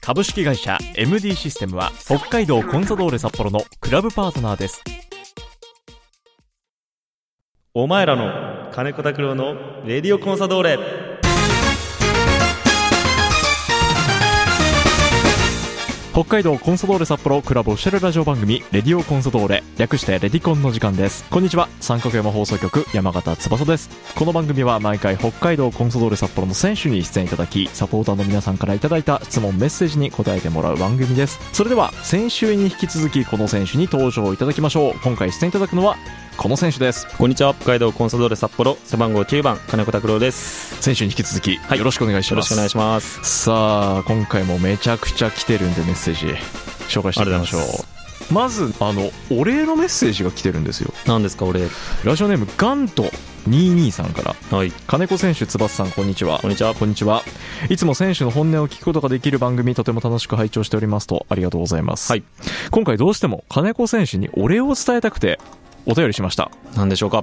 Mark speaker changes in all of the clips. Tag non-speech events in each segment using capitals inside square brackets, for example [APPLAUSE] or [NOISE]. Speaker 1: 株式会社 MD システムは北海道コンサドーレ札幌のクラブパートナーです
Speaker 2: お前らの金子拓郎のレディオコンサドーレ
Speaker 1: 北海道コンサドーレ札幌クラブオフィシャルラジオ番組「レディオコンサドーレ」略して「レディコン」の時間ですこんにちは三角山放送局山形翼ですこの番組は毎回北海道コンサドーレ札幌の選手に出演いただきサポーターの皆さんからいただいた質問メッセージに答えてもらう番組ですそれでは先週に引き続きこの選手に登場いただきましょう今回出演いただくのはこの選手です
Speaker 2: こんにちは北海道コンサドーレ札幌背番号9番金子拓郎です
Speaker 1: 先週に引き続き
Speaker 2: はい
Speaker 1: よろしくお願いし
Speaker 2: よろ
Speaker 1: ま
Speaker 2: し
Speaker 1: す、
Speaker 2: くお願いします
Speaker 1: さあ今回もめちゃくちゃ来てるんでメッセージ紹介していきましょ
Speaker 2: ありがとうございま
Speaker 1: うまずあのお礼のメッセージが来てるんですよ
Speaker 2: 何ですか俺
Speaker 1: ラジオネームガント22さんから
Speaker 2: はい
Speaker 1: 金子選手翼さんこんにちは
Speaker 2: こんにちは
Speaker 1: こんにちはいつも選手の本音を聞くことができる番組とても楽しく拝聴しておりますとありがとうございます、
Speaker 2: はい
Speaker 1: 今回どうしても金子選手にお礼を伝えたくてお便りしました
Speaker 2: 何でしょうか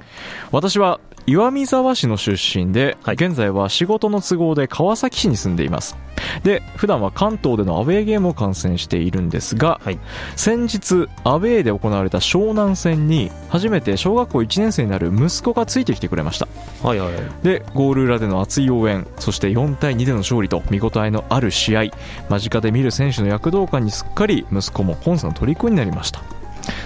Speaker 1: 私は岩見沢市の出身で、
Speaker 2: はい
Speaker 1: 現在は仕事の都合で川崎市に住んでいますで普段は関東でのアウェーゲームを観戦しているんですが、
Speaker 2: はい
Speaker 1: 先日アウェーで行われた湘南戦に初めて小学校1年生になる息子がついてきてくれました
Speaker 2: はいはいはい
Speaker 1: でゴール裏での熱い応援そして4対2での勝利と見応えのある試合間近で見る選手の躍動感にすっかり息子もコンサの虜になりました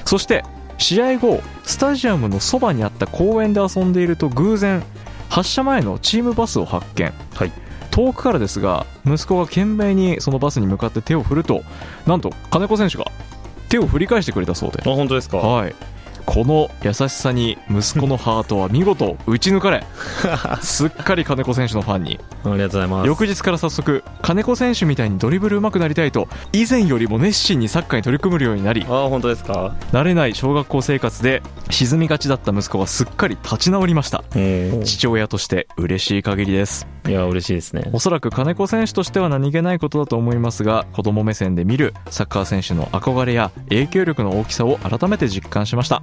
Speaker 1: そして試合後スタジアムのそばにあった公園で遊んでいると偶然発車前のチームバスを発見、
Speaker 2: はい
Speaker 1: 遠くからですが息子が懸命にそのバスに向かって手を振るとなんと金子選手が手を振り返してくれたそうで
Speaker 2: あ本当ですか
Speaker 1: はい、この優しさに息子のハートは見事打ち抜
Speaker 2: [LAUGHS]
Speaker 1: かれすっかり金子選手のファンに
Speaker 2: ありがとうございます
Speaker 1: 翌日から早速金子選手みたいにドリブル上手くなりたいと以前よりも熱心にサッカーに取り組むようになり
Speaker 2: あ本当ですか
Speaker 1: 慣れない小学校生活で沈みがちだった息子がすっかり立ち直りました
Speaker 2: うん
Speaker 1: 父親として嬉しい限りです
Speaker 2: いや嬉しいですね
Speaker 1: おそらく金子選手としては何気ないことだと思いますが子供目線で見るサッカー選手の憧れや影響力の大きさを改めて実感しました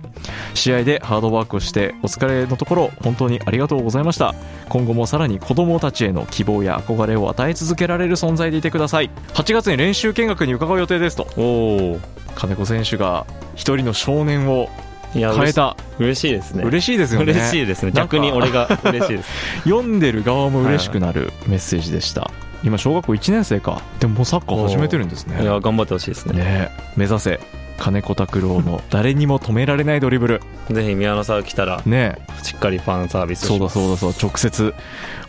Speaker 1: 試合でハードワークをしてお疲れのところ本当にありがとうございました今後もさらに子供たちへの希望や憧れを与え続けられる存在でいてください8月に練習見学に伺う予定ですと
Speaker 2: おお
Speaker 1: 金子選手が一人の少年を
Speaker 2: いや
Speaker 1: 変えた
Speaker 2: 嬉しいですね
Speaker 1: 嬉しいですよね
Speaker 2: 嬉しいですね
Speaker 1: なんか
Speaker 2: 逆に俺
Speaker 1: [LAUGHS]
Speaker 2: が嬉しいです
Speaker 1: 読んでる側も嬉しくなるメッセージでした今小学校1年生かでももうサッカー始めてるんですね
Speaker 2: いや頑張ってほしいですね
Speaker 1: ねえ目指せ金子拓郎 [LAUGHS] の誰にも止められないドリブル
Speaker 2: ぜひ宮野さん来たら
Speaker 1: ねえ
Speaker 2: しっかりファンサービス
Speaker 1: そうだそう
Speaker 2: だ
Speaker 1: だそう直接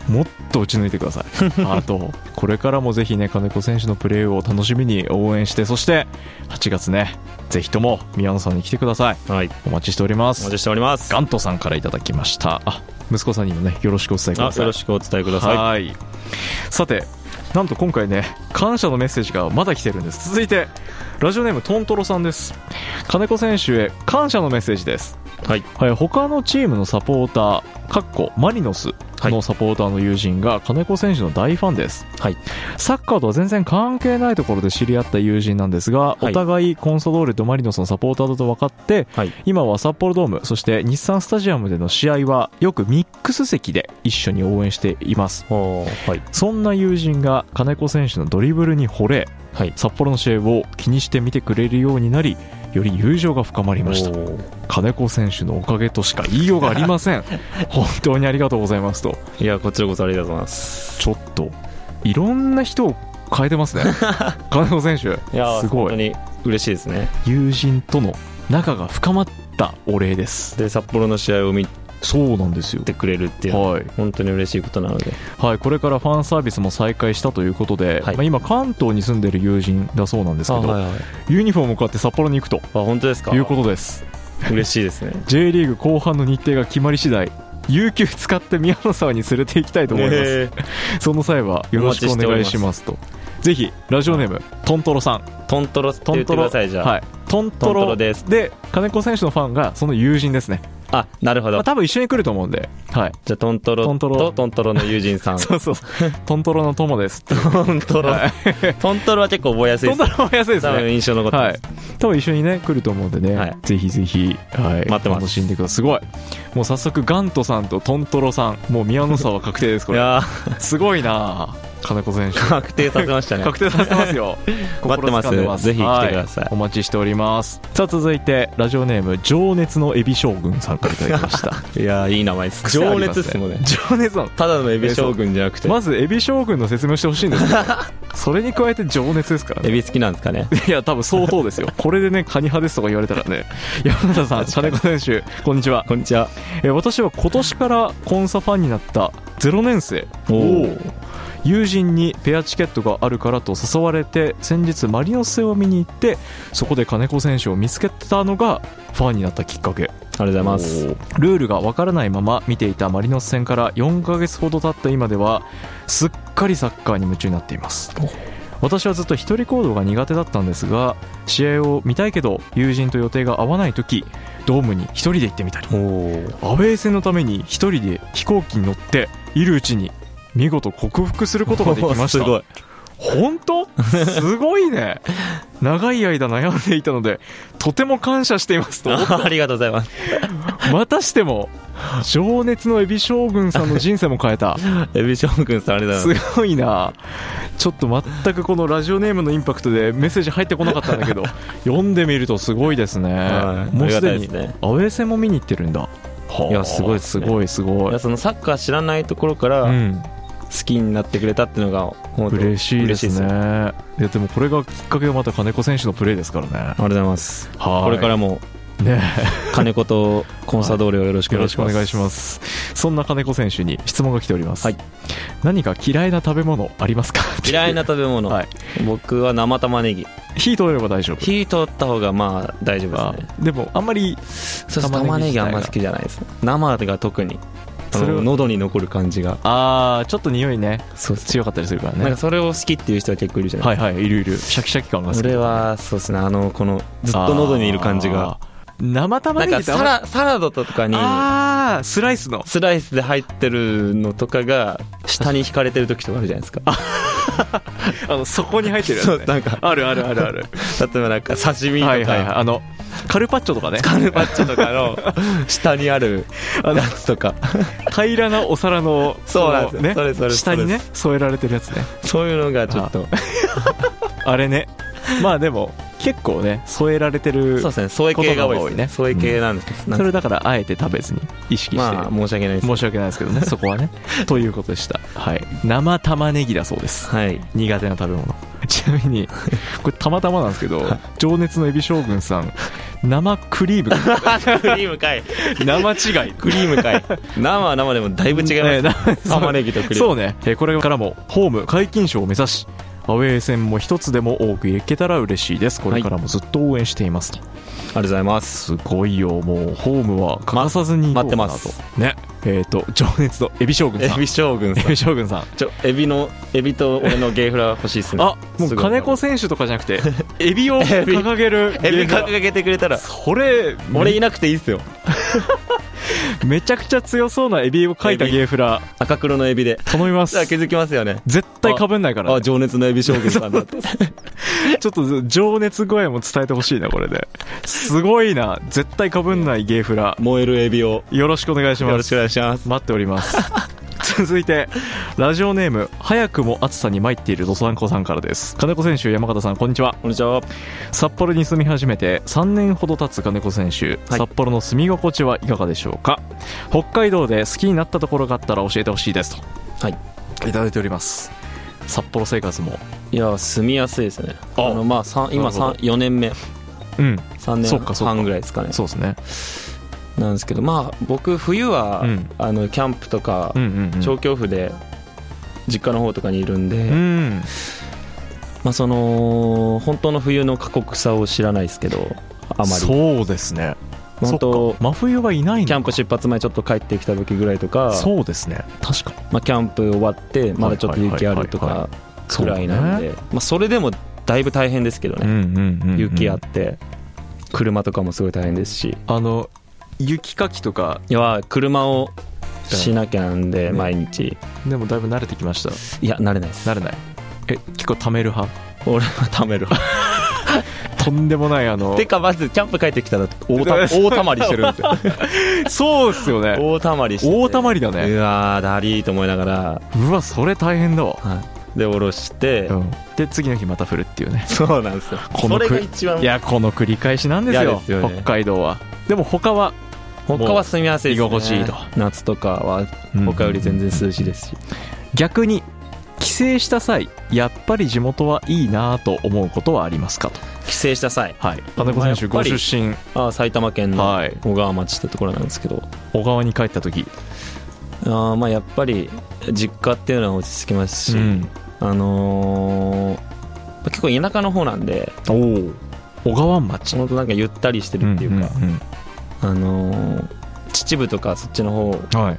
Speaker 1: もっと打ち抜いてく [LAUGHS] ださいあとこれからもぜひね金子選手のプレーを楽しみに応援してそして8月ねぜひとも宮野さんに来てください
Speaker 2: はい
Speaker 1: お待ちしておりま
Speaker 2: お
Speaker 1: す
Speaker 2: 待ちしております
Speaker 1: ガントさんからいただきましたあ息子さんにもねよろしくお伝えくだ
Speaker 2: あ
Speaker 1: さ
Speaker 2: よ
Speaker 1: い
Speaker 2: ろしくお伝えください
Speaker 1: はいさてなんと今回ね感謝のメッセージがまだ来てるんです続いてラジオネームトントロさんです金子選手へ感謝のメッセージです
Speaker 2: はい
Speaker 1: はい他のチームのサポーターかっこマリノスのサポーターの友人が金子選手の大ファンです、
Speaker 2: はい
Speaker 1: サッカーとは全然関係ないところで知り合った友人なんですが、
Speaker 2: い
Speaker 1: お互いコンソドーレとマリノスのサポーターだと分かって、
Speaker 2: はい
Speaker 1: 今は札幌ドームそして日産スタジアムでの試合はよくミックス席で一緒に応援しています
Speaker 2: おーはい
Speaker 1: そんな友人が金子選手のドリブルに惚れ
Speaker 2: はい
Speaker 1: 札幌の試合を気にして見てくれるようになりより友情が深まりました
Speaker 2: おー
Speaker 1: 金子選手のおかげとしか言いようがありませ
Speaker 2: [LAUGHS]
Speaker 1: ん本当にありがとうございますと
Speaker 2: いやこちらこそありがとうございます
Speaker 1: ちょっといろんな人を変えて
Speaker 2: [LAUGHS]
Speaker 1: ますね金子選手
Speaker 2: いや
Speaker 1: す
Speaker 2: 本
Speaker 1: ご
Speaker 2: 当
Speaker 1: い
Speaker 2: に嬉しいですね
Speaker 1: 友人との仲が深まったお礼です
Speaker 2: で札幌の試合を見
Speaker 1: そうなんですよ
Speaker 2: てくれるっていうのは
Speaker 1: はい
Speaker 2: 本当に嬉しいことなので
Speaker 1: はい、これからファンサービスも再開したということで、
Speaker 2: はい
Speaker 1: まあ、今関東に住んでる友人だそうなんですけど、
Speaker 2: いはい
Speaker 1: ユニフォームを買って札幌に行くと
Speaker 2: あ本当ですか
Speaker 1: いうことです
Speaker 2: 嬉しいですね
Speaker 1: J リーグ後半の日程が決まり次第有給使って宮野沢に連れて行きたいと思います、
Speaker 2: え
Speaker 1: その際はよろしくお願いしますとぜひラジオネームトントロさん
Speaker 2: ートントロって
Speaker 1: ト
Speaker 2: 言
Speaker 1: ン
Speaker 2: って
Speaker 1: ト
Speaker 2: く
Speaker 1: ロ
Speaker 2: ださいじゃあ、
Speaker 1: はい、トント
Speaker 2: トント
Speaker 1: ロ
Speaker 2: ロです
Speaker 1: で金子選手のファンがその友人ですね、
Speaker 2: あなるほ
Speaker 1: ま
Speaker 2: ど
Speaker 1: あ、多分一緒に来ると思うんで、はい、
Speaker 2: じゃあトントロ
Speaker 1: トントロ
Speaker 2: とトントロの友人さ
Speaker 1: [LAUGHS]
Speaker 2: ん
Speaker 1: そうそうそうトントロの友ですト
Speaker 2: トントロ
Speaker 1: はい
Speaker 2: トントロは結構覚えやすいで
Speaker 1: ン
Speaker 2: す
Speaker 1: トロも安いです
Speaker 2: 多分
Speaker 1: ね
Speaker 2: 印象残って
Speaker 1: は
Speaker 2: ま
Speaker 1: い
Speaker 2: す、、
Speaker 1: 多分一緒にね来ると思うんでね、
Speaker 2: はい
Speaker 1: ぜひぜひ、はい、
Speaker 2: 待ってます
Speaker 1: 楽しんでくださいすごいもう早速ガントさんとトントロさんもう宮野さんは確定ですこ
Speaker 2: い、
Speaker 1: れ
Speaker 2: や
Speaker 1: すごいな金子選手
Speaker 2: ー確定させましたね
Speaker 1: 確定させてますよ
Speaker 2: [LAUGHS] 待ってます
Speaker 1: 心掴んで
Speaker 2: ぜひ来てください
Speaker 1: はお待ちしておりますさあ続いてラジオネーム情熱のエビ将軍さんからいただきました
Speaker 2: いやーいい名前です [LAUGHS] 情熱っすもんね
Speaker 1: [LAUGHS] 情熱なの
Speaker 2: ただのエビ将軍じゃなくて
Speaker 1: まずエビ将軍の説明してほしいんです
Speaker 2: [LAUGHS]
Speaker 1: けどそれに加えて情熱ですから
Speaker 2: エ
Speaker 1: ね
Speaker 2: ビ好きなんですか
Speaker 1: [LAUGHS]
Speaker 2: ね
Speaker 1: いや多分相当
Speaker 2: [LAUGHS]
Speaker 1: ですよこれでねカニ派ですとか言われたらね山田さん金子選手こんにちは
Speaker 2: こんにちは
Speaker 1: えー私は今年からコンサファンになった0年生
Speaker 2: おー
Speaker 1: ー友人にペアチケットがあるからと誘われて先日マリノス戦を見に行ってそこで金子選手を見つけたのがファンになったきっかけ
Speaker 2: ありがとうございます
Speaker 1: ルールがわからないまま見ていたマリノス戦から4ヶ月ほど経った今ではすっかりサッカーに夢中になっています私はずっと一人行動が苦手だったんですが試合を見たいけど友人と予定が合わない時ドームに一人で行ってみたり
Speaker 2: お
Speaker 1: ア
Speaker 2: お
Speaker 1: ウェー戦のために一人で飛行機に乗っているうちに見事克服することができま
Speaker 2: [LAUGHS]
Speaker 1: した
Speaker 2: すごい
Speaker 1: 本
Speaker 2: [LAUGHS]
Speaker 1: 当すごいね長い間悩んでいたのでとても感謝していますと
Speaker 2: [LAUGHS] あありがとうございます [LAUGHS]
Speaker 1: またしても情熱のエビ将軍さんの人生も変えた
Speaker 2: エビ将軍さんありがとうございます
Speaker 1: すごいなちょっと全くこのラジオネームのインパクトでメッセージ入ってこなかったんだけ
Speaker 2: [LAUGHS]
Speaker 1: ど読んでみるとすごいですね、
Speaker 2: はい
Speaker 1: もうす
Speaker 2: あ
Speaker 1: で
Speaker 2: り
Speaker 1: に
Speaker 2: がたいですね
Speaker 1: アウェー戦も見に行ってるんだいやすごいすごいすご
Speaker 2: いや
Speaker 1: い
Speaker 2: そのサッカー知らないところから
Speaker 1: う
Speaker 2: 好
Speaker 1: ん
Speaker 2: きになってくれたっていうのが本当
Speaker 1: 嬉しいで
Speaker 2: 嬉しい
Speaker 1: す
Speaker 2: です
Speaker 1: ね
Speaker 2: よ
Speaker 1: いやでもこれがきっかけがまた金子選手のプレーですからね
Speaker 2: ありがとうございます
Speaker 1: はい
Speaker 2: これからも
Speaker 1: ね
Speaker 2: 金子とコンサドーレをよろしく
Speaker 1: よろ
Speaker 2: お願い
Speaker 1: し
Speaker 2: し
Speaker 1: くお
Speaker 2: ます
Speaker 1: 願いしますそんな金子選手に質問が来ております、
Speaker 2: はい
Speaker 1: 何か嫌いな食べ物ありますか [LAUGHS]
Speaker 2: 嫌いな
Speaker 1: っ
Speaker 2: 食べ
Speaker 1: ていう
Speaker 2: 物、
Speaker 1: はい、
Speaker 2: 僕は生玉ねぎ
Speaker 1: 火通れば大丈夫
Speaker 2: 火取った方がまあ大丈夫
Speaker 1: あ
Speaker 2: ですね
Speaker 1: でもあんまり
Speaker 2: そうそう玉ねぎあんま好きじゃないです生が特にあ
Speaker 1: それは
Speaker 2: の喉に残る感じが
Speaker 1: ああちょっと匂いね
Speaker 2: そう
Speaker 1: 強かったりするから
Speaker 2: なん
Speaker 1: ね
Speaker 2: かそれを好きっていう人は結構いるじゃない
Speaker 1: は
Speaker 2: で
Speaker 1: いはいいるいるシャキシャキ感が好
Speaker 2: す
Speaker 1: き
Speaker 2: か、俺はそうですねあのこのずっと喉にいる感じが
Speaker 1: あー生玉
Speaker 2: なん
Speaker 1: ねぎっ
Speaker 2: か
Speaker 1: てあん
Speaker 2: サ
Speaker 1: ま
Speaker 2: ラサラダとかに
Speaker 1: あースライスの
Speaker 2: スライスで入ってるのとかが下に引かれてる時とかあるじゃないですか。
Speaker 1: あのそこに入ってるやつ、
Speaker 2: そ
Speaker 1: ね、
Speaker 2: うなんか
Speaker 1: あるあるあるあ [LAUGHS] る
Speaker 2: 例えばなんか刺身とか、
Speaker 1: はいはいはいあのカルパッチョとかね
Speaker 2: カルパッチョとかの下にある
Speaker 1: あの
Speaker 2: やつとか
Speaker 1: 平らなお皿の
Speaker 2: そうなんですよ
Speaker 1: このね
Speaker 2: それそれ
Speaker 1: 下にね
Speaker 2: そ
Speaker 1: 添えられてるやつね
Speaker 2: そういうのがちょっと
Speaker 1: あれねまあでも結構ね添えられてる
Speaker 2: そうですね添え系が多いですね
Speaker 1: ことが多
Speaker 2: 添
Speaker 1: いね
Speaker 2: え系なんですけど、
Speaker 1: それだからあえて食べずに意識して、
Speaker 2: まあ申し訳ないです。
Speaker 1: 申し訳ないですけど
Speaker 2: [LAUGHS]
Speaker 1: ねそこはねということでした、はい、生玉ねぎだそうです
Speaker 2: はい
Speaker 1: 苦手な食べ物 [LAUGHS] ちなみにこれたまたまなんですけど情熱のエビ将軍さん生クリー
Speaker 2: [LAUGHS]
Speaker 1: ム
Speaker 2: クリームかい
Speaker 1: 生違い
Speaker 2: クリームかい生は生でもだいぶ違います、
Speaker 1: ます
Speaker 2: 玉ねぎとクリーム
Speaker 1: そうね、えーこれからもホーム解禁賞を目指しアウェー戦も一つでも多くいけたら嬉しいですこれからもずっと応援していますと、
Speaker 2: ありがとうございます
Speaker 1: すごいよもうホームは欠かさずに行こうかな
Speaker 2: ま待
Speaker 1: と
Speaker 2: って
Speaker 1: ねえっ、と情熱のエビ将軍
Speaker 2: エ
Speaker 1: さんエ
Speaker 2: ビ将軍さん
Speaker 1: ビ将軍さん
Speaker 2: ちょエビのエビと俺のゲーフラ欲しいですね
Speaker 1: あもう
Speaker 2: すごい
Speaker 1: 金子選手とかじゃなく
Speaker 2: [LAUGHS]
Speaker 1: てエビを掲げる
Speaker 2: エビ掲げてくれたら
Speaker 1: それ
Speaker 2: 俺
Speaker 1: め
Speaker 2: いなくていいっすよ
Speaker 1: めちゃくちゃ強そうなエビを描いた
Speaker 2: エビ
Speaker 1: ゲーフラ
Speaker 2: 赤黒のエビで
Speaker 1: 頼みます
Speaker 2: じゃあ気づきますよね
Speaker 1: 絶対かぶんないから、
Speaker 2: あ情熱のエビ将軍さんだって
Speaker 1: [LAUGHS] ちょっと情熱具合も伝えてほしいな、これで。すごいな。絶対かぶんないゲーフラ。
Speaker 2: 燃えるエビを
Speaker 1: よろしくお願いし
Speaker 2: よろ
Speaker 1: ま
Speaker 2: しく
Speaker 1: す。
Speaker 2: お願いします
Speaker 1: 待っております。 [LAUGHS] 続いて、ラジオネーム、早くも暑さに参っているドサンコさんからです。金子選手、山形さん、こんにちは。
Speaker 2: こんにちは
Speaker 1: 札幌に住み始めて3年ほど経つ金子選手、
Speaker 2: はい
Speaker 1: 札幌の住み心地はいかがでしょうか北海道で好きになったところがあったら教えてほしいですと
Speaker 2: はい
Speaker 1: いただいております札幌生活も
Speaker 2: いや住みやすいですね
Speaker 1: あ
Speaker 2: あのまあさん
Speaker 1: な
Speaker 2: 今
Speaker 1: るほど
Speaker 2: 4年目
Speaker 1: うん
Speaker 2: 3
Speaker 1: そうか
Speaker 2: 年
Speaker 1: そうか
Speaker 2: 半ぐらいですかね
Speaker 1: そうですね
Speaker 2: なんですけどまあ僕冬は、
Speaker 1: うん
Speaker 2: あのキャンプとか、
Speaker 1: うんうんうん
Speaker 2: 調教夫で実家の方とかにいるんで、
Speaker 1: うん
Speaker 2: まあその本当の冬の過酷さを知らないですけどあまり
Speaker 1: そうですね
Speaker 2: 本
Speaker 1: そっ
Speaker 2: 当
Speaker 1: か真冬はいないん
Speaker 2: キャ
Speaker 1: だ
Speaker 2: ンプ出発前ちょっと帰ってきた時ぐらいとか
Speaker 1: そうですね確かに
Speaker 2: まあ、キャンプ終わってまだちょっと雪あると
Speaker 1: はいはい
Speaker 2: かぐらいなんで、まあ、それでもだいぶ大変ですけど
Speaker 1: う
Speaker 2: ね、
Speaker 1: んうんうんうん
Speaker 2: 雪あって車とかもすごい大変ですし
Speaker 1: あの雪かきとか
Speaker 2: いや車をしなきゃなんで
Speaker 1: ね
Speaker 2: 毎日
Speaker 1: でもだいぶ慣れてきました
Speaker 2: いや慣れないです
Speaker 1: 慣れないえ結構貯める派
Speaker 2: 俺は貯める
Speaker 1: [LAUGHS] とんでもないあの
Speaker 2: てかまずキャンプ帰ってきたら大
Speaker 1: [LAUGHS]
Speaker 2: た大たまりしてるんですよ
Speaker 1: そうっすよね
Speaker 2: 大たまりしてて
Speaker 1: 大たまりだ
Speaker 2: う
Speaker 1: ね
Speaker 2: わーだりーと思いながら、
Speaker 1: うわそれ大変だわ
Speaker 2: で下ろして、
Speaker 1: うんで次の日また降るっていうね
Speaker 2: そうなんですよ
Speaker 1: この
Speaker 2: それが
Speaker 1: く
Speaker 2: 一番
Speaker 1: いやこの繰り返しなんです
Speaker 2: 嫌
Speaker 1: よ
Speaker 2: ですよね
Speaker 1: 北海道はでも他は
Speaker 2: 他は住みやすいです、ね、
Speaker 1: 居心地いいと
Speaker 2: 夏とかは
Speaker 1: うん
Speaker 2: 他より全然涼しいですし、
Speaker 1: 逆に帰省した際やっぱり地元はいいなぁと思うことはありますかと
Speaker 2: 帰省した際
Speaker 1: はい金子選手
Speaker 2: まあやっぱ
Speaker 1: ご
Speaker 2: り
Speaker 1: 出身
Speaker 2: あー埼玉県の
Speaker 1: はい
Speaker 2: 小川町ってところなんですけど
Speaker 1: 小川に帰った時
Speaker 2: あーまあやっぱり実家っていうのは落ち着きますし、
Speaker 1: うん
Speaker 2: あのー結構田舎の方なんで
Speaker 1: おお小川町
Speaker 2: 本当なんかゆったりしてるっていうか、
Speaker 1: んん
Speaker 2: あのー秩父とかそっちの方
Speaker 1: うんはい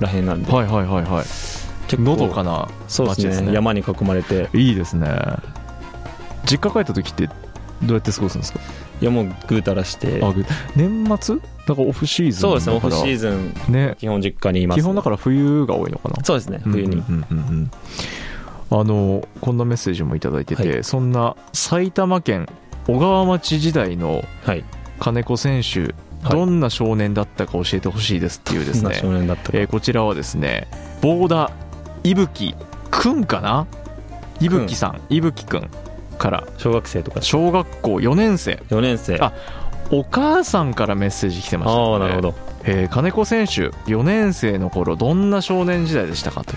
Speaker 2: らへんなんで、
Speaker 1: はいはいはいはい
Speaker 2: 結構
Speaker 1: のどかな
Speaker 2: そうです
Speaker 1: 町ですね
Speaker 2: ね山に囲まれて
Speaker 1: いいですね実家帰った時ってどうやって過ごすんですか
Speaker 2: いやもうぐうたらして
Speaker 1: あぐ年末だからオフシーズン
Speaker 2: そうですね
Speaker 1: だ
Speaker 2: オ
Speaker 1: か
Speaker 2: フ
Speaker 1: ら
Speaker 2: シーズン
Speaker 1: ね
Speaker 2: 基本実家にいます
Speaker 1: 基本だから冬が多いのかな
Speaker 2: そうですね冬に、
Speaker 1: うんうんうんうんあのこんなメッセージもいただいてて、
Speaker 2: は
Speaker 1: そんな埼玉県小川町時代の
Speaker 2: はい
Speaker 1: 金子選手、
Speaker 2: はい
Speaker 1: どんな少年だったか教えてほしいですっていうです
Speaker 2: そん
Speaker 1: ね
Speaker 2: な少年だったか
Speaker 1: えーこちらはですねボーダーいぶきくんかな伊吹さんいぶきくんから
Speaker 2: 小学生とか
Speaker 1: 小学校4年生
Speaker 2: 4年生
Speaker 1: あお母さんからメッセージ来てましたね
Speaker 2: あーなるほど
Speaker 1: えー金子選手4年生の頃どんな少年時代でしたかとい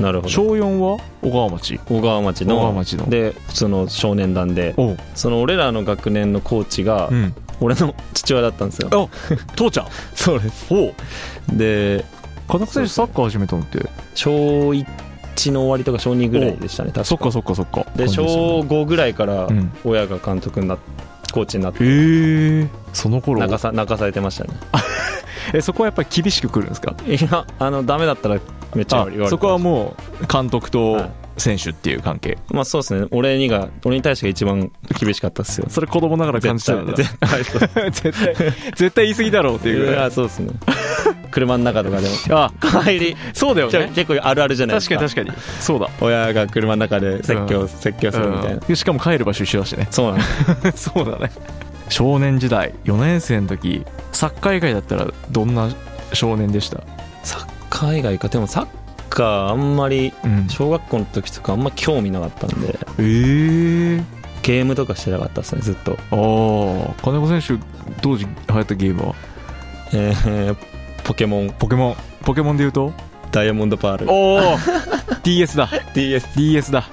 Speaker 1: う
Speaker 2: なるほ
Speaker 1: 小
Speaker 2: ど
Speaker 1: 4は小川町
Speaker 2: 小川町の
Speaker 1: 小川町の
Speaker 2: で普通の少年団で
Speaker 1: おう
Speaker 2: その俺らの学年のコーチが
Speaker 1: うん
Speaker 2: 俺の父親だったんですよ
Speaker 1: あ父ちゃん
Speaker 2: そうです
Speaker 1: おう
Speaker 2: で
Speaker 1: 金子選手サッカー始めたのって
Speaker 2: 小1の終わりとか小2ぐらいでしたね
Speaker 1: そ
Speaker 2: 確
Speaker 1: っ
Speaker 2: か
Speaker 1: かそっかそっか
Speaker 2: で
Speaker 1: 感じ
Speaker 2: 小
Speaker 1: すよね
Speaker 2: 5ぐらいから
Speaker 1: うん
Speaker 2: 親が監督になっコーチになって
Speaker 1: へえその頃
Speaker 2: 泣かさ泣かされてましたね
Speaker 1: えそこはやっぱり厳しくくるんですか
Speaker 2: いやあのダメだったらめっちゃ言わ
Speaker 1: あ
Speaker 2: れてました
Speaker 1: そこはもう監督
Speaker 2: は
Speaker 1: と
Speaker 2: い
Speaker 1: 選手っていう関係
Speaker 2: まあそうですね俺にが俺に対してが一番厳しかったっすよ
Speaker 1: それ子供ながら感じてたんだ絶 [LAUGHS]
Speaker 2: 絶対そうっ
Speaker 1: 対絶対言い過ぎだろうって
Speaker 2: て
Speaker 1: いう
Speaker 2: い
Speaker 1: ぐ
Speaker 2: う
Speaker 1: らい
Speaker 2: そうですね車の中とかでも
Speaker 1: あ
Speaker 2: 帰
Speaker 1: [LAUGHS]
Speaker 2: り
Speaker 1: そうだよ
Speaker 2: じゃあ
Speaker 1: ね
Speaker 2: 結構あるあるじゃないで
Speaker 1: 確
Speaker 2: す
Speaker 1: か
Speaker 2: か
Speaker 1: に確かにそうだ
Speaker 2: 親が車の中で説教、
Speaker 1: う
Speaker 2: 説教するみたいな、
Speaker 1: うんしかも帰る場所一緒だしね
Speaker 2: そうなんです
Speaker 1: そうだね少年時代4年生の時サッカー以外だったらどんな少年でした
Speaker 2: [LAUGHS] サッカー以外かでもサッカーあんまり
Speaker 1: うん
Speaker 2: 小学校の時とかあんま興味なかったんで
Speaker 1: ええ
Speaker 2: ゲームとかしてなかったですねずっと
Speaker 1: ああ金子選手当時流行ったゲームは
Speaker 2: えー、ポケモン
Speaker 1: ポケモンポケモンで言うと
Speaker 2: ダイヤモンドパー [LAUGHS] ル
Speaker 1: おお DS だ
Speaker 2: DS
Speaker 1: DS だ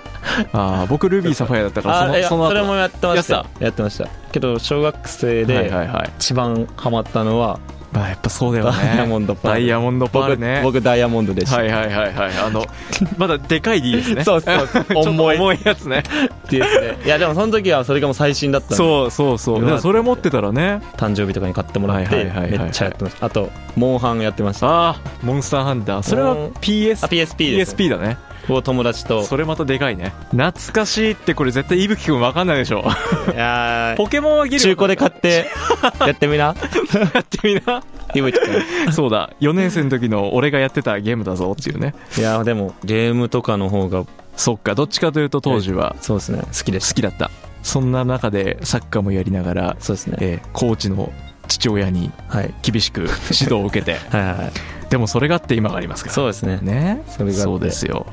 Speaker 1: あー僕ルビーサファイアだったから
Speaker 2: あ
Speaker 1: そ
Speaker 2: いや
Speaker 1: のその後
Speaker 2: それもやってました
Speaker 1: や
Speaker 2: や
Speaker 1: っ
Speaker 2: ってましたけど小学生
Speaker 1: はい
Speaker 2: で
Speaker 1: はいはい
Speaker 2: 一番ハマったのは
Speaker 1: まあやっぱそうだよね
Speaker 2: ダイヤモンドパール
Speaker 1: ダイヤモンドパールね
Speaker 2: 僕僕ダイヤモンドでした、
Speaker 1: はいはいはいはいあのまだでかい D ですね
Speaker 2: [LAUGHS] そうそうそう
Speaker 1: ちょっと
Speaker 2: 重い
Speaker 1: 重いやつね
Speaker 2: DS でいやでもその時はそれがもう最新だったんで
Speaker 1: そうそうそう
Speaker 2: うわ
Speaker 1: でもそれ持ってたらね
Speaker 2: 誕生日とかに買ってもらって
Speaker 1: はいはいはいはいはい
Speaker 2: めっちゃやってましたあとモンハンやってましたあ
Speaker 1: ああモンスターハンターそれは
Speaker 2: うん
Speaker 1: PS
Speaker 2: PSP です、
Speaker 1: PSP だね
Speaker 2: を友達と
Speaker 1: それまたでかいね懐かしいってこれ絶対いぶきくん分かんないでしょ
Speaker 2: いやー
Speaker 1: ポケモンはギル
Speaker 2: 中古で買ってやってみな
Speaker 1: やってみな
Speaker 2: いぶきく
Speaker 1: [LAUGHS]
Speaker 2: ん
Speaker 1: そうだ4年生の時の俺がやってたゲームだぞっていうね
Speaker 2: [LAUGHS] いやーでもゲームとかの方が
Speaker 1: そっかどっちかというと当時は
Speaker 2: そうですね好きで
Speaker 1: 好
Speaker 2: す
Speaker 1: きだったそんな中でサッカーもやりながら、
Speaker 2: そうですね
Speaker 1: えーコーチの父親に
Speaker 2: はい
Speaker 1: 厳しく指導を受 [LAUGHS] けて
Speaker 2: はいはいはい
Speaker 1: でもそれがあって今がありますから
Speaker 2: そうですね
Speaker 1: ね
Speaker 2: それがあって
Speaker 1: うですよ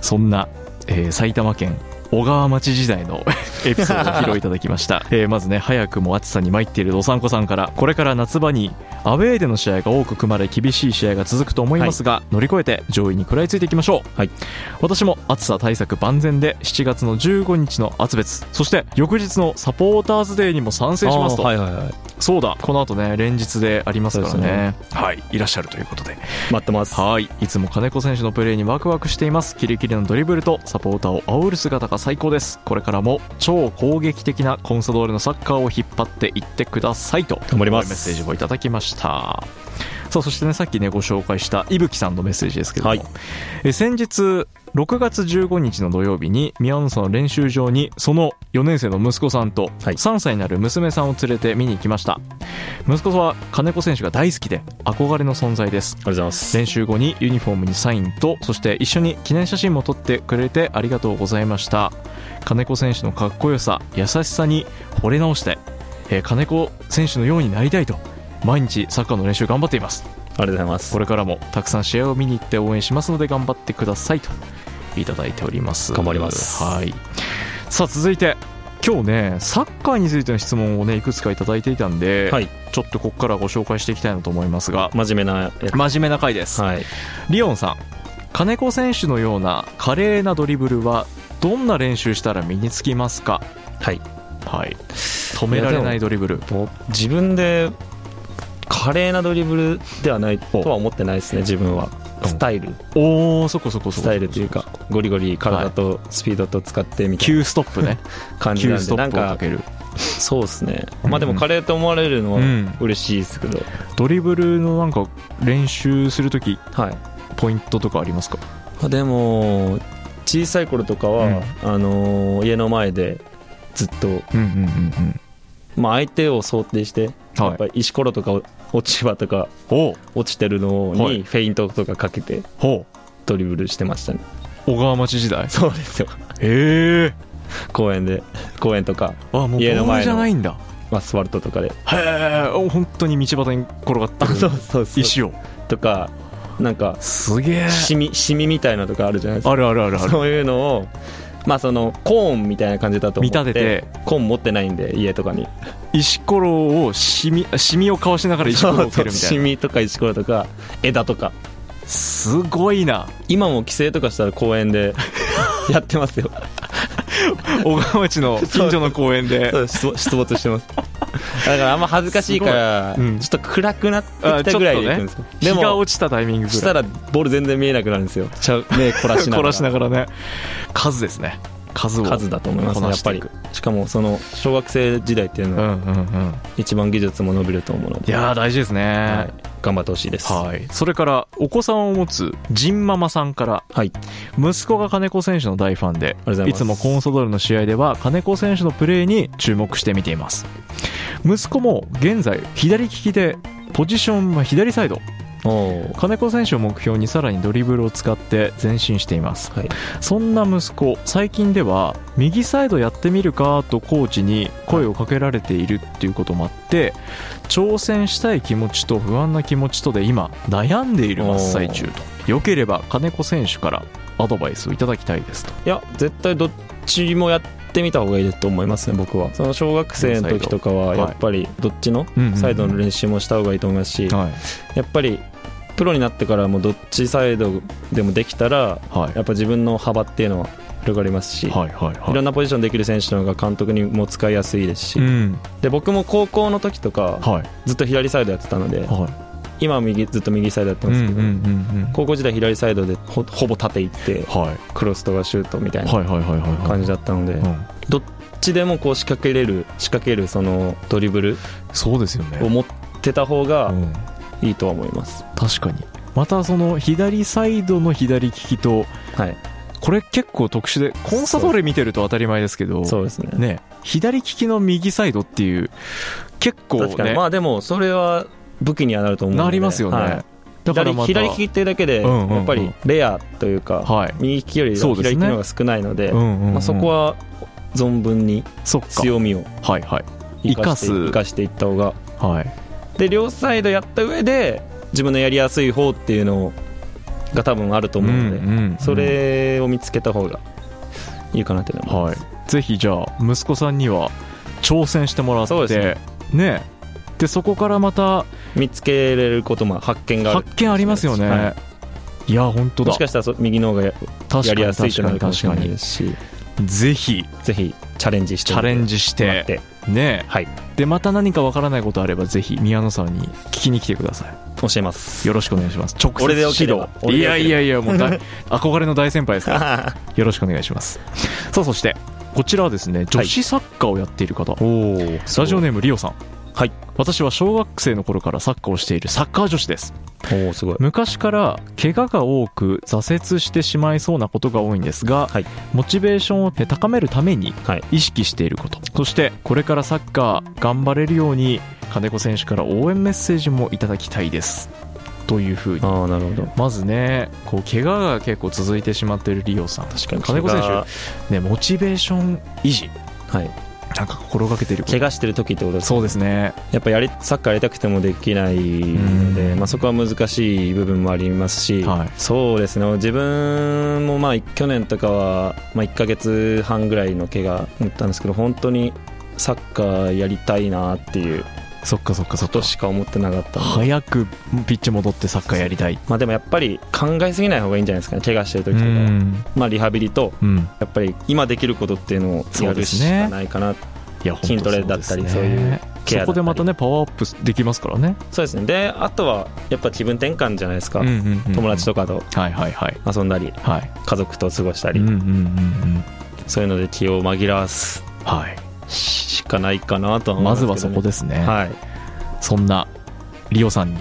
Speaker 1: そんな、えー埼玉県小川町時代
Speaker 2: [LAUGHS]
Speaker 1: のエピソードを披露いただきました、えーまずね早くも暑さに参っているどさんこさんからこれから夏場にアウェーでの試合が多く組まれ厳しい試合が続くと思いますが、乗り越えて上位に食らいついていきましょう、
Speaker 2: はい
Speaker 1: 私も暑さ対策万全で7月の15日の厚別そして翌日のサポーターズデーにも参戦しますと、
Speaker 2: あーはいはいはい
Speaker 1: そうだこの後ね連日でありますから
Speaker 2: そうです
Speaker 1: ねはいいらっしゃるということで
Speaker 2: 待ってます
Speaker 1: はいいつも金子選手のプレーにワクワクしていますキレキレのドリブルとサポーターを煽る姿が最高ですこれからも超攻撃的なコンサドーレのサッカーを引っ張っていってくださいと
Speaker 2: 頑張ります
Speaker 1: メッセージをいただきましたさあそしてねさっきねご紹介した伊吹さんのメッセージですけども、
Speaker 2: はい
Speaker 1: え先日6月15日の土曜日に宮野さんの練習場にその4年生の息子さんと
Speaker 2: はい
Speaker 1: 3歳になる娘さんを連れて見に行きました息子さんは金子選手が大好きで憧れの存在です
Speaker 2: がとうございます。
Speaker 1: 練習後にユニフォームにサインとそして一緒に記念写真も撮ってくれてありがとうございました金子選手のかっこよさ優しさに惚れ直して、えー金子選手のようになりたいと毎日サッカーの練習頑張っています
Speaker 2: ありがとうございます
Speaker 1: こ。れからもたくさん試合を見に行って応援しますので頑張ってくださいといただいております
Speaker 2: 頑張ります
Speaker 1: はいさあ続いて今日ねサッカーについての質問をねいくつかいただいていたんで、
Speaker 2: はい
Speaker 1: ちょっとここからご紹介していきたいなと思いますが
Speaker 2: 真面目なや
Speaker 1: 真面目な回です
Speaker 2: つ。はい。
Speaker 1: リオンさん金子選手のような華麗なドリブルはどんな練習したら身につきますか
Speaker 2: はい。
Speaker 1: はい止められないドリブル
Speaker 2: もう自分で華麗なドリブルではないとは思ってないですね自分は
Speaker 1: うん
Speaker 2: スタイル
Speaker 1: おおそこそこそこ
Speaker 2: スタイルというかゴリゴリ体とスピードと使ってみたい
Speaker 1: 急ストップね
Speaker 2: な感じ
Speaker 1: 急
Speaker 2: なん
Speaker 1: ス
Speaker 2: で
Speaker 1: ト
Speaker 2: な
Speaker 1: ッ
Speaker 2: ん
Speaker 1: プをか
Speaker 2: か
Speaker 1: ける
Speaker 2: そうですね
Speaker 1: うん
Speaker 2: まあでも華麗と思われるの
Speaker 1: う
Speaker 2: は
Speaker 1: ん
Speaker 2: 嬉しいですけど
Speaker 1: ドリブルのなんか練習するとき
Speaker 2: はい
Speaker 1: ポイントとかありますか
Speaker 2: まあでも小さい頃とかはあのー家の前でずっと
Speaker 1: うんうんうん
Speaker 2: まあ相手を想定して
Speaker 1: うん
Speaker 2: や
Speaker 1: は
Speaker 2: っ
Speaker 1: い
Speaker 2: ぱり石ころとか落ち葉とか
Speaker 1: おう
Speaker 2: 落ちてるの
Speaker 1: は
Speaker 2: に
Speaker 1: い
Speaker 2: フェイントとかかけて
Speaker 1: ほ
Speaker 2: ドリブルしてましたね [LAUGHS]
Speaker 1: う小川町時代
Speaker 2: そうですよ
Speaker 1: へえ
Speaker 2: 公園で公園とか
Speaker 1: あもうボ
Speaker 2: 家の前の
Speaker 1: ールじゃないんだ
Speaker 2: アスファルトとかで
Speaker 1: へえお本当に道端に転がってる
Speaker 2: そう
Speaker 1: 石を
Speaker 2: とかなんか
Speaker 1: すげえ
Speaker 2: シミシミみたいなとかあるじゃないです
Speaker 1: あるあるあるあ
Speaker 2: か
Speaker 1: る
Speaker 2: そういうのをまあそのコーンみたいな感じだと思って
Speaker 1: 見立てて
Speaker 2: コーン持ってないんで家とかに
Speaker 1: 石ころをシミシミをかわしながら石ころを蹴るみたい
Speaker 2: シ
Speaker 1: な
Speaker 2: ミとか石ころとか枝とか
Speaker 1: すごいな
Speaker 2: 今も帰省とかしたら公
Speaker 1: [LAUGHS]
Speaker 2: 園でやってますよ
Speaker 1: 小川町
Speaker 2: [LAUGHS]
Speaker 1: の近所の公園で
Speaker 2: そう出出没してますだからあんま恥ずかしいから
Speaker 1: すごいうん
Speaker 2: ちょっと暗くなって
Speaker 1: あ
Speaker 2: きたぐらいで行くんですよ、
Speaker 1: 日
Speaker 2: で
Speaker 1: が
Speaker 2: も
Speaker 1: 落ちたタイミング
Speaker 2: し
Speaker 1: ぐ
Speaker 2: た
Speaker 1: らい
Speaker 2: らボール全然見えなくなるんですよちゃう目凝らし
Speaker 1: 凝
Speaker 2: なが
Speaker 1: ら
Speaker 2: ら
Speaker 1: しながらね数ですね数を
Speaker 2: 数だと思います
Speaker 1: こ
Speaker 2: ね
Speaker 1: な
Speaker 2: やっ
Speaker 1: して
Speaker 2: ぱ
Speaker 1: い
Speaker 2: り
Speaker 1: く
Speaker 2: しかもその小学生時代っていうの
Speaker 1: う
Speaker 2: は
Speaker 1: んうんうん
Speaker 2: 一番技術も伸びると思うの
Speaker 1: い
Speaker 2: で、
Speaker 1: やー大事です
Speaker 2: は
Speaker 1: ね
Speaker 2: い、頑張ってほしいです
Speaker 1: はい、それからお子さんを持つジンママさんから
Speaker 2: はい
Speaker 1: 息子が金子選手の大ファンで
Speaker 2: ありがとうございま
Speaker 1: つ
Speaker 2: す
Speaker 1: もコンソドールの試合では金子選手のプレーに注目して見ています息子も現在左利きでポジションは左サイド
Speaker 2: おおー
Speaker 1: 金子選手を目標にさらにドリブルを使って前進しています
Speaker 2: はい
Speaker 1: そんな息子最近では右サイドやってみるかとコーチに声をかけられているっていうこともあって挑戦したい気持ちと不安な気持ちとで今悩んでいる真っ最中とよければ金子選手からアドバイスをいただきたいですと
Speaker 2: いや絶対どっちもやってみた方がいいと思いますね僕はその小学生の時とかは
Speaker 1: サイド
Speaker 2: やっぱりどっちの
Speaker 1: うんうんうん
Speaker 2: サイドの練習もした方がいいと思いますし
Speaker 1: はい
Speaker 2: やっぱりプロになってからもどっちサイドでもできたら
Speaker 1: はい
Speaker 2: やっぱ自分の幅っていうのは広がりますし、
Speaker 1: はいはい
Speaker 2: い
Speaker 1: は
Speaker 2: ろ
Speaker 1: い
Speaker 2: んなポジションできる選手の方が監督にも使いやすいですし、
Speaker 1: うん
Speaker 2: で僕も高校の時とか
Speaker 1: はい
Speaker 2: ずっと左サイドやってたので
Speaker 1: は
Speaker 2: 今は右ずっと右サイドやって
Speaker 1: いうん
Speaker 2: ま
Speaker 1: う
Speaker 2: す
Speaker 1: ん
Speaker 2: け
Speaker 1: うん
Speaker 2: ど、
Speaker 1: うん
Speaker 2: 高校時代左サイドでほほぼ縦行って
Speaker 1: はい
Speaker 2: クロスとかシュートみたいな
Speaker 1: はいはいはいはいはい
Speaker 2: 感じだったので、どっ
Speaker 1: うん
Speaker 2: ちでもこう仕掛けれる仕掛けるそのドリブル
Speaker 1: そうですよ
Speaker 2: を
Speaker 1: ね
Speaker 2: 持ってた方
Speaker 1: う
Speaker 2: が
Speaker 1: ん
Speaker 2: いいとは思います、
Speaker 1: 確かにまたその左サイドの左利きと
Speaker 2: はい
Speaker 1: これ結構特殊でコンサドーレ見てると当たり前ですけど
Speaker 2: そうですね
Speaker 1: ね左利きの右サイドっていう結構
Speaker 2: 確かに、
Speaker 1: ね、
Speaker 2: まあでもそれは武器にはなると思うので
Speaker 1: なりますよね、
Speaker 2: はい
Speaker 1: だから
Speaker 2: 左
Speaker 1: また
Speaker 2: 左利きっていうだけで
Speaker 1: うんうんうん
Speaker 2: やっぱりレアというか、
Speaker 1: はい、
Speaker 2: 右利きより
Speaker 1: そうで
Speaker 2: 左
Speaker 1: すね
Speaker 2: 利きの方が少ないので
Speaker 1: うんうんうん
Speaker 2: まあ、そこは存分に
Speaker 1: そっか
Speaker 2: 強みを
Speaker 1: はいはい
Speaker 2: 生かして
Speaker 1: 生かす
Speaker 2: 生かしていった方が
Speaker 1: はい
Speaker 2: で両サイドやった上で自分のやりやすい方っていうのが多分あると思うので、
Speaker 1: うんうんうん
Speaker 2: それを見つけた方がいいかなって思いま
Speaker 1: は
Speaker 2: す、
Speaker 1: いぜひじゃあ息子さんには挑戦してもらって
Speaker 2: そうです
Speaker 1: ねでそこからまた
Speaker 2: 見つけれることも発見がある
Speaker 1: 発見ありますよね、、
Speaker 2: はい
Speaker 1: や本当だ
Speaker 2: もしかしたらそ右の方がや
Speaker 1: 確か
Speaker 2: や
Speaker 1: に
Speaker 2: りやすいってなるかもしれ
Speaker 1: 確
Speaker 2: な
Speaker 1: か
Speaker 2: い
Speaker 1: に
Speaker 2: ですし
Speaker 1: 確かにぜひ
Speaker 2: ぜひチャレンジして
Speaker 1: チャレン
Speaker 2: し
Speaker 1: ジして
Speaker 2: も
Speaker 1: て
Speaker 2: らって
Speaker 1: ねえ
Speaker 2: はい
Speaker 1: でまた何かわからないことあればぜひ宮野さんに聞きに来てください
Speaker 2: 教えます
Speaker 1: よろしくお願いします直接
Speaker 2: 俺でよければ
Speaker 1: 指導いや
Speaker 2: 俺でよければ
Speaker 1: いやいやもう
Speaker 2: [LAUGHS]
Speaker 1: 大憧れの大先輩ですからよろしくお願いしますさあそしてこちらはですね女子サッカーをやっている方、スタジオネームリオさん
Speaker 2: はい
Speaker 1: 私は小学生の頃からサッカーをしているサッカー女子です
Speaker 2: おおすごい
Speaker 1: 昔から怪我が多く挫折してしまいそうなことが多いんですが、
Speaker 2: はい
Speaker 1: モチベーションを高めるために
Speaker 2: はい
Speaker 1: 意識していること、そしてこれからサッカー頑張れるように金子選手から応援メッセージもいただきたいですというふうに
Speaker 2: ああなるほど
Speaker 1: まずねこう怪我が結構続いてしまっているリオさん
Speaker 2: 確かに
Speaker 1: 金子選手
Speaker 2: 怪我
Speaker 1: ね、モチベーション維持
Speaker 2: はい
Speaker 1: なんか心がけていること
Speaker 2: 怪我してる時ってことです
Speaker 1: そうですね
Speaker 2: やっぱやりサッカーやりたくてもできないので、
Speaker 1: うん
Speaker 2: まあ、そこは難しい部分もありますし、
Speaker 1: はい
Speaker 2: そうですね自分もまあ去年とかは、まあ、1ヶ月半ぐらいの怪我だったんですけど本当にサッカーやりたいなっていう
Speaker 1: そっかそっかそ
Speaker 2: こ
Speaker 1: っか
Speaker 2: としか思ってなかったので、
Speaker 1: 早くピッチ戻ってサッカーやりたい
Speaker 2: まあ、でもやっぱり考えすぎない方がいいんじゃないですかね怪我してる時
Speaker 1: う
Speaker 2: とか、
Speaker 1: ん
Speaker 2: まあ、リハビリと
Speaker 1: うん
Speaker 2: やっぱり今できることっていうのを
Speaker 1: そ
Speaker 2: や
Speaker 1: うで
Speaker 2: る
Speaker 1: す
Speaker 2: し
Speaker 1: ね
Speaker 2: かないかなそ
Speaker 1: いや本当
Speaker 2: 筋トレだったり
Speaker 1: ですね
Speaker 2: そういうケアだったり
Speaker 1: そこでまたねパワーアップできますからね
Speaker 2: うですねであとはやっぱ気分転換じゃないですか、
Speaker 1: うんうんうん
Speaker 2: 友達とかと
Speaker 1: はいはいはい
Speaker 2: 遊んだり
Speaker 1: はい
Speaker 2: 家族と過ごした
Speaker 1: う
Speaker 2: り、
Speaker 1: んうんうんうん
Speaker 2: そういうので気を紛らわす
Speaker 1: はい
Speaker 2: しかないかなとは思い
Speaker 1: ま
Speaker 2: ます
Speaker 1: ずは
Speaker 2: けどね、
Speaker 1: そこですね、
Speaker 2: はい
Speaker 1: そんなリオさんに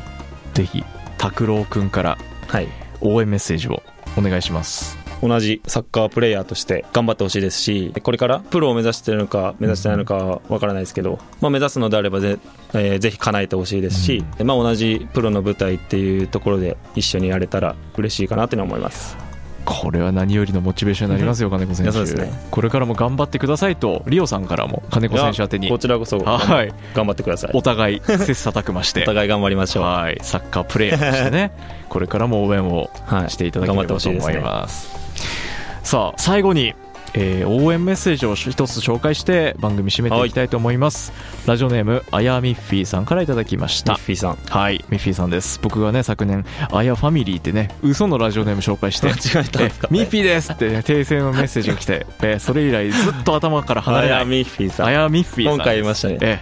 Speaker 1: ぜひ拓郎くんから
Speaker 2: はい
Speaker 1: 応援メッセージをお願いします
Speaker 2: 同じサッカープレイヤーとして頑張ってほしいですしこれからプロを目指してるのか目指してないのかはわからないですけど、まあ、目指すのであればぜ,、えーぜひ叶えてほしいですし、まあ、同じプロの舞台っていうところで一緒にやれたら嬉しいかなというのは思います
Speaker 1: これは何よりのモチベーションになりますよ金子選
Speaker 2: いや
Speaker 1: 手
Speaker 2: そうですね
Speaker 1: これからも頑張ってくださいとリオさんからも金子選手宛て
Speaker 2: い
Speaker 1: に
Speaker 2: やこちらこそ頑
Speaker 1: はい
Speaker 2: 張ってください
Speaker 1: お互い切磋琢磨して
Speaker 2: お互い頑張りましょう、は
Speaker 1: はいサッカープレーヤーとして
Speaker 2: [LAUGHS]
Speaker 1: ねこれからも応援を
Speaker 2: い、
Speaker 1: していただけれ
Speaker 2: 頑張って
Speaker 1: ば
Speaker 2: ほし
Speaker 1: と
Speaker 2: いで
Speaker 1: 思
Speaker 2: す
Speaker 1: い
Speaker 2: ね
Speaker 1: ますさあ最後に、えー応援メッセージを一つ紹介して番組締めていきたいと思います、ラジオネームあやみっフィーさんからいただきまし
Speaker 2: ミッ
Speaker 1: た
Speaker 2: フィー
Speaker 1: [LAUGHS]
Speaker 2: さん
Speaker 1: はいミッフィーさんです僕がね昨年あやファミリーってね嘘のラジオネーム紹介
Speaker 2: [LAUGHS]
Speaker 1: して
Speaker 2: 間違えたんですか
Speaker 1: えミッフィーですってね訂正のメッセージが来
Speaker 2: [LAUGHS]
Speaker 1: て、えーそれ以来ずっと頭から離れな
Speaker 2: あや
Speaker 1: い
Speaker 2: ミッフィーさん
Speaker 1: あやミッフィーさん
Speaker 2: 今回言いましたね
Speaker 1: え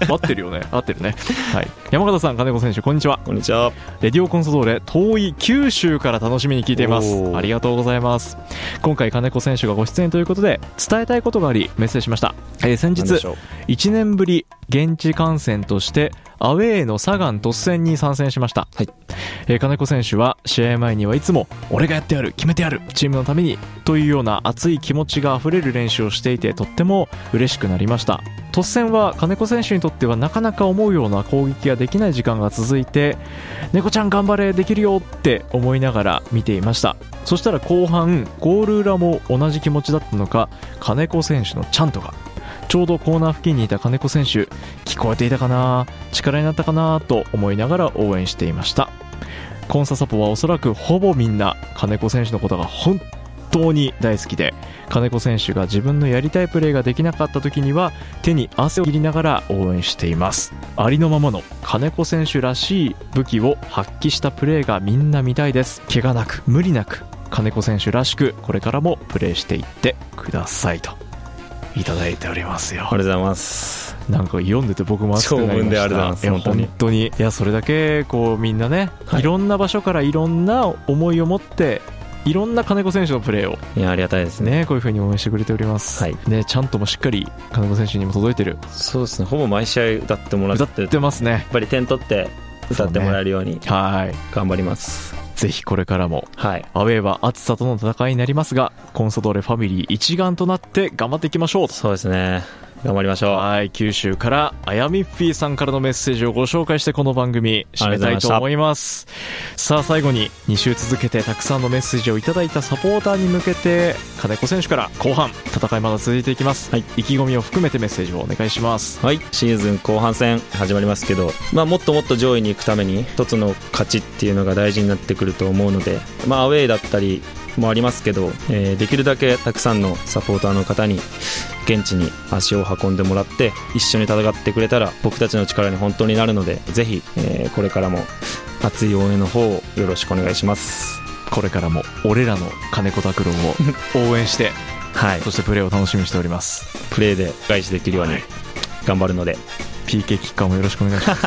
Speaker 1: え合ってるよね合ってるね、はい、山形さん金子選手こんにちは
Speaker 2: こんにちは
Speaker 1: レディオコンソドーレ遠い九州から楽しみに聞いています
Speaker 2: おー
Speaker 1: ありがとうございます今回金子選手がご出演ということで伝えたいことがありメッセージしました、えー先
Speaker 2: 何でし
Speaker 1: 日
Speaker 2: ょう
Speaker 1: 1年ぶり現地観戦としてアウェーのサガン突戦に参戦しました、
Speaker 2: はい
Speaker 1: えー金子選手は試合前にはいつも俺がやってやる決めてやるチームのためにというような熱い気持ちがあふれる練習をしていてとっても嬉しくなりました突戦は金子選手にとってはなかなか思うような攻撃ができない時間が続いて猫ちゃん頑張れできるよって思いながら見ていましたそしたら後半ゴール裏も同じ気持ちだったのか金子選手のちゃんとがちょうどコーナー付近にいた金子選手聞こえていたかな力になったかなと思いながら応援していましたコンササポはおそらくほぼみんな金子選手のことが本当に大好きで金子選手が自分のやりたいプレーができなかった時には手に汗を切りながら応援していますありのままの金子選手らしい武器を発揮したプレーがみんな見たいです怪我なく無理なく金子選手らしくこれからもプレーしていってくださいといただいておりますよ
Speaker 2: ありがとうございます
Speaker 1: なんか読んでて僕も熱くなりました
Speaker 2: 長文でありがとうございます
Speaker 1: や
Speaker 2: 本当に
Speaker 1: 本当にいやそれだけこうみんなね、
Speaker 2: はい
Speaker 1: い、ろんな場所からいろんな思いを持っていろんな金子選手のプレーを
Speaker 2: いやありがたいですね
Speaker 1: ねこういう風に応援してくれております、
Speaker 2: はい
Speaker 1: ねちゃんともしっかり金子選手にも届いてる
Speaker 2: そうですねほぼ毎試合歌ってもらって
Speaker 1: 歌
Speaker 2: る
Speaker 1: ってますね
Speaker 2: やっぱり点取って歌ってもらえるように
Speaker 1: はい
Speaker 2: 頑張ります、
Speaker 1: ぜひこれからも
Speaker 2: はい
Speaker 1: アウェーは暑さとの戦いになりますがコンソドーレファミリー一丸となって頑張っていきましょうと
Speaker 2: そうですね頑張りましょうあ
Speaker 1: はい九州からあやみっぴーさんからのメッセージをご紹介してこの番組締めたいと思いますさあ最後に2週続けてたくさんのメッセージをいただいたサポーターに向けて金子選手から後半戦いまだ続いていきます、
Speaker 2: はい
Speaker 1: 意気込みを含めてメッセージをお願いします
Speaker 2: はい、シーズン後半戦始まりますけど、まあ、もっともっと上位に行くために一つの勝ちっていうのが大事になってくると思うので、まあ、アウェイだったりもありますけど、えーできるだけたくさんのサポーターの方に現地に足を運んでもらって一緒に戦ってくれたら僕たちの力に本当になるのでぜひ、えーこれからも熱い応援の方をよろしくお願いします。
Speaker 1: これからも俺らの金子拓郎 [LAUGHS] を応援して
Speaker 2: はい
Speaker 1: そしてプレーを楽しみにしております
Speaker 2: プレーで返しできるように頑張るので、
Speaker 1: PK キッカーもよろしくお願いし [LAUGHS] ます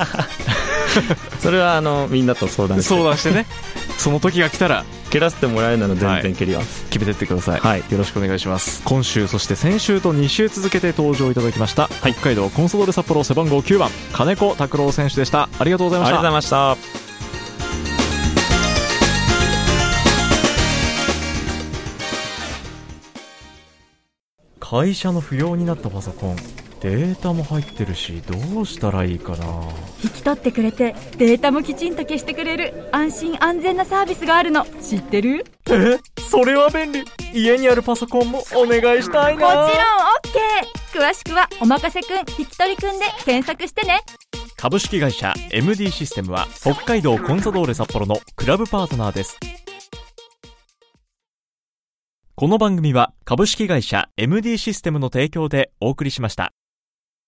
Speaker 2: それはあのみんなと相談して
Speaker 1: 相談してねその時が来たら
Speaker 2: 蹴らせてもらえるなら全然蹴ります、
Speaker 1: 決めてってください、
Speaker 2: はい
Speaker 1: よろしくお願いします今週そして先週と2週続けて登場いただきました、北海道コンソドーレ札幌背番号9番金子拓郎選手でしたありがとうございま
Speaker 2: あ
Speaker 1: し
Speaker 2: りがと
Speaker 1: た
Speaker 2: うございました
Speaker 1: 会社の不要になったパソコンデータも入ってるしどうしたらいいかな
Speaker 3: 引き取ってくれてデータもきちんと消してくれる安心安全なサービスがあるの知ってる
Speaker 1: えそれは便利家にあるパソコンもお願いしたい
Speaker 3: もちろん OK 詳しくは「おまかせくん引き取りくん」で検索してね
Speaker 1: 株式会社 MD システムは北海道コンサドーレ札幌のクラブパートナーですこの番組は株式会社 MD システムの提供でお送りしました